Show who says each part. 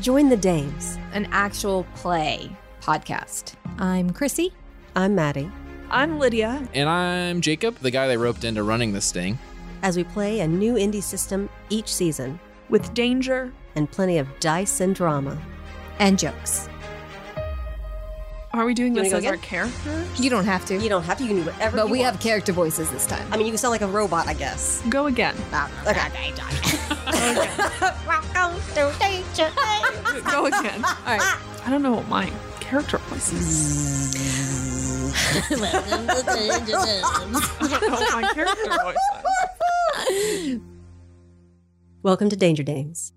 Speaker 1: Join the Dames.
Speaker 2: an actual play podcast.
Speaker 3: I'm Chrissy.
Speaker 1: I'm Maddie.
Speaker 4: I'm Lydia.
Speaker 5: And I'm Jacob, the guy they roped into running this thing.
Speaker 1: As we play a new indie system each season,
Speaker 4: With danger,
Speaker 1: and plenty of dice and drama.
Speaker 3: And jokes.
Speaker 4: are we doing
Speaker 1: You
Speaker 4: this
Speaker 1: wanna
Speaker 4: as
Speaker 1: go
Speaker 4: our
Speaker 1: again?
Speaker 4: character?
Speaker 3: You don't have to.
Speaker 1: You don't have to. You can do whatever.
Speaker 3: but
Speaker 1: you
Speaker 3: we
Speaker 1: want.
Speaker 3: have character voices this time.
Speaker 1: I mean, you can sound like a robot, I guess.
Speaker 4: Go again.
Speaker 1: Okay.
Speaker 4: Go again. All right. I don't know what my character voice is. I don't know what my character voice is.
Speaker 1: Welcome to Danger Dames.